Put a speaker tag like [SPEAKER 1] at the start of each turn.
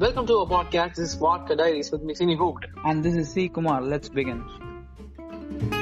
[SPEAKER 1] Welcome to our podcast. This is Vodka Diaries with me, Sini Hooked.
[SPEAKER 2] And this is C. Kumar. Let's begin.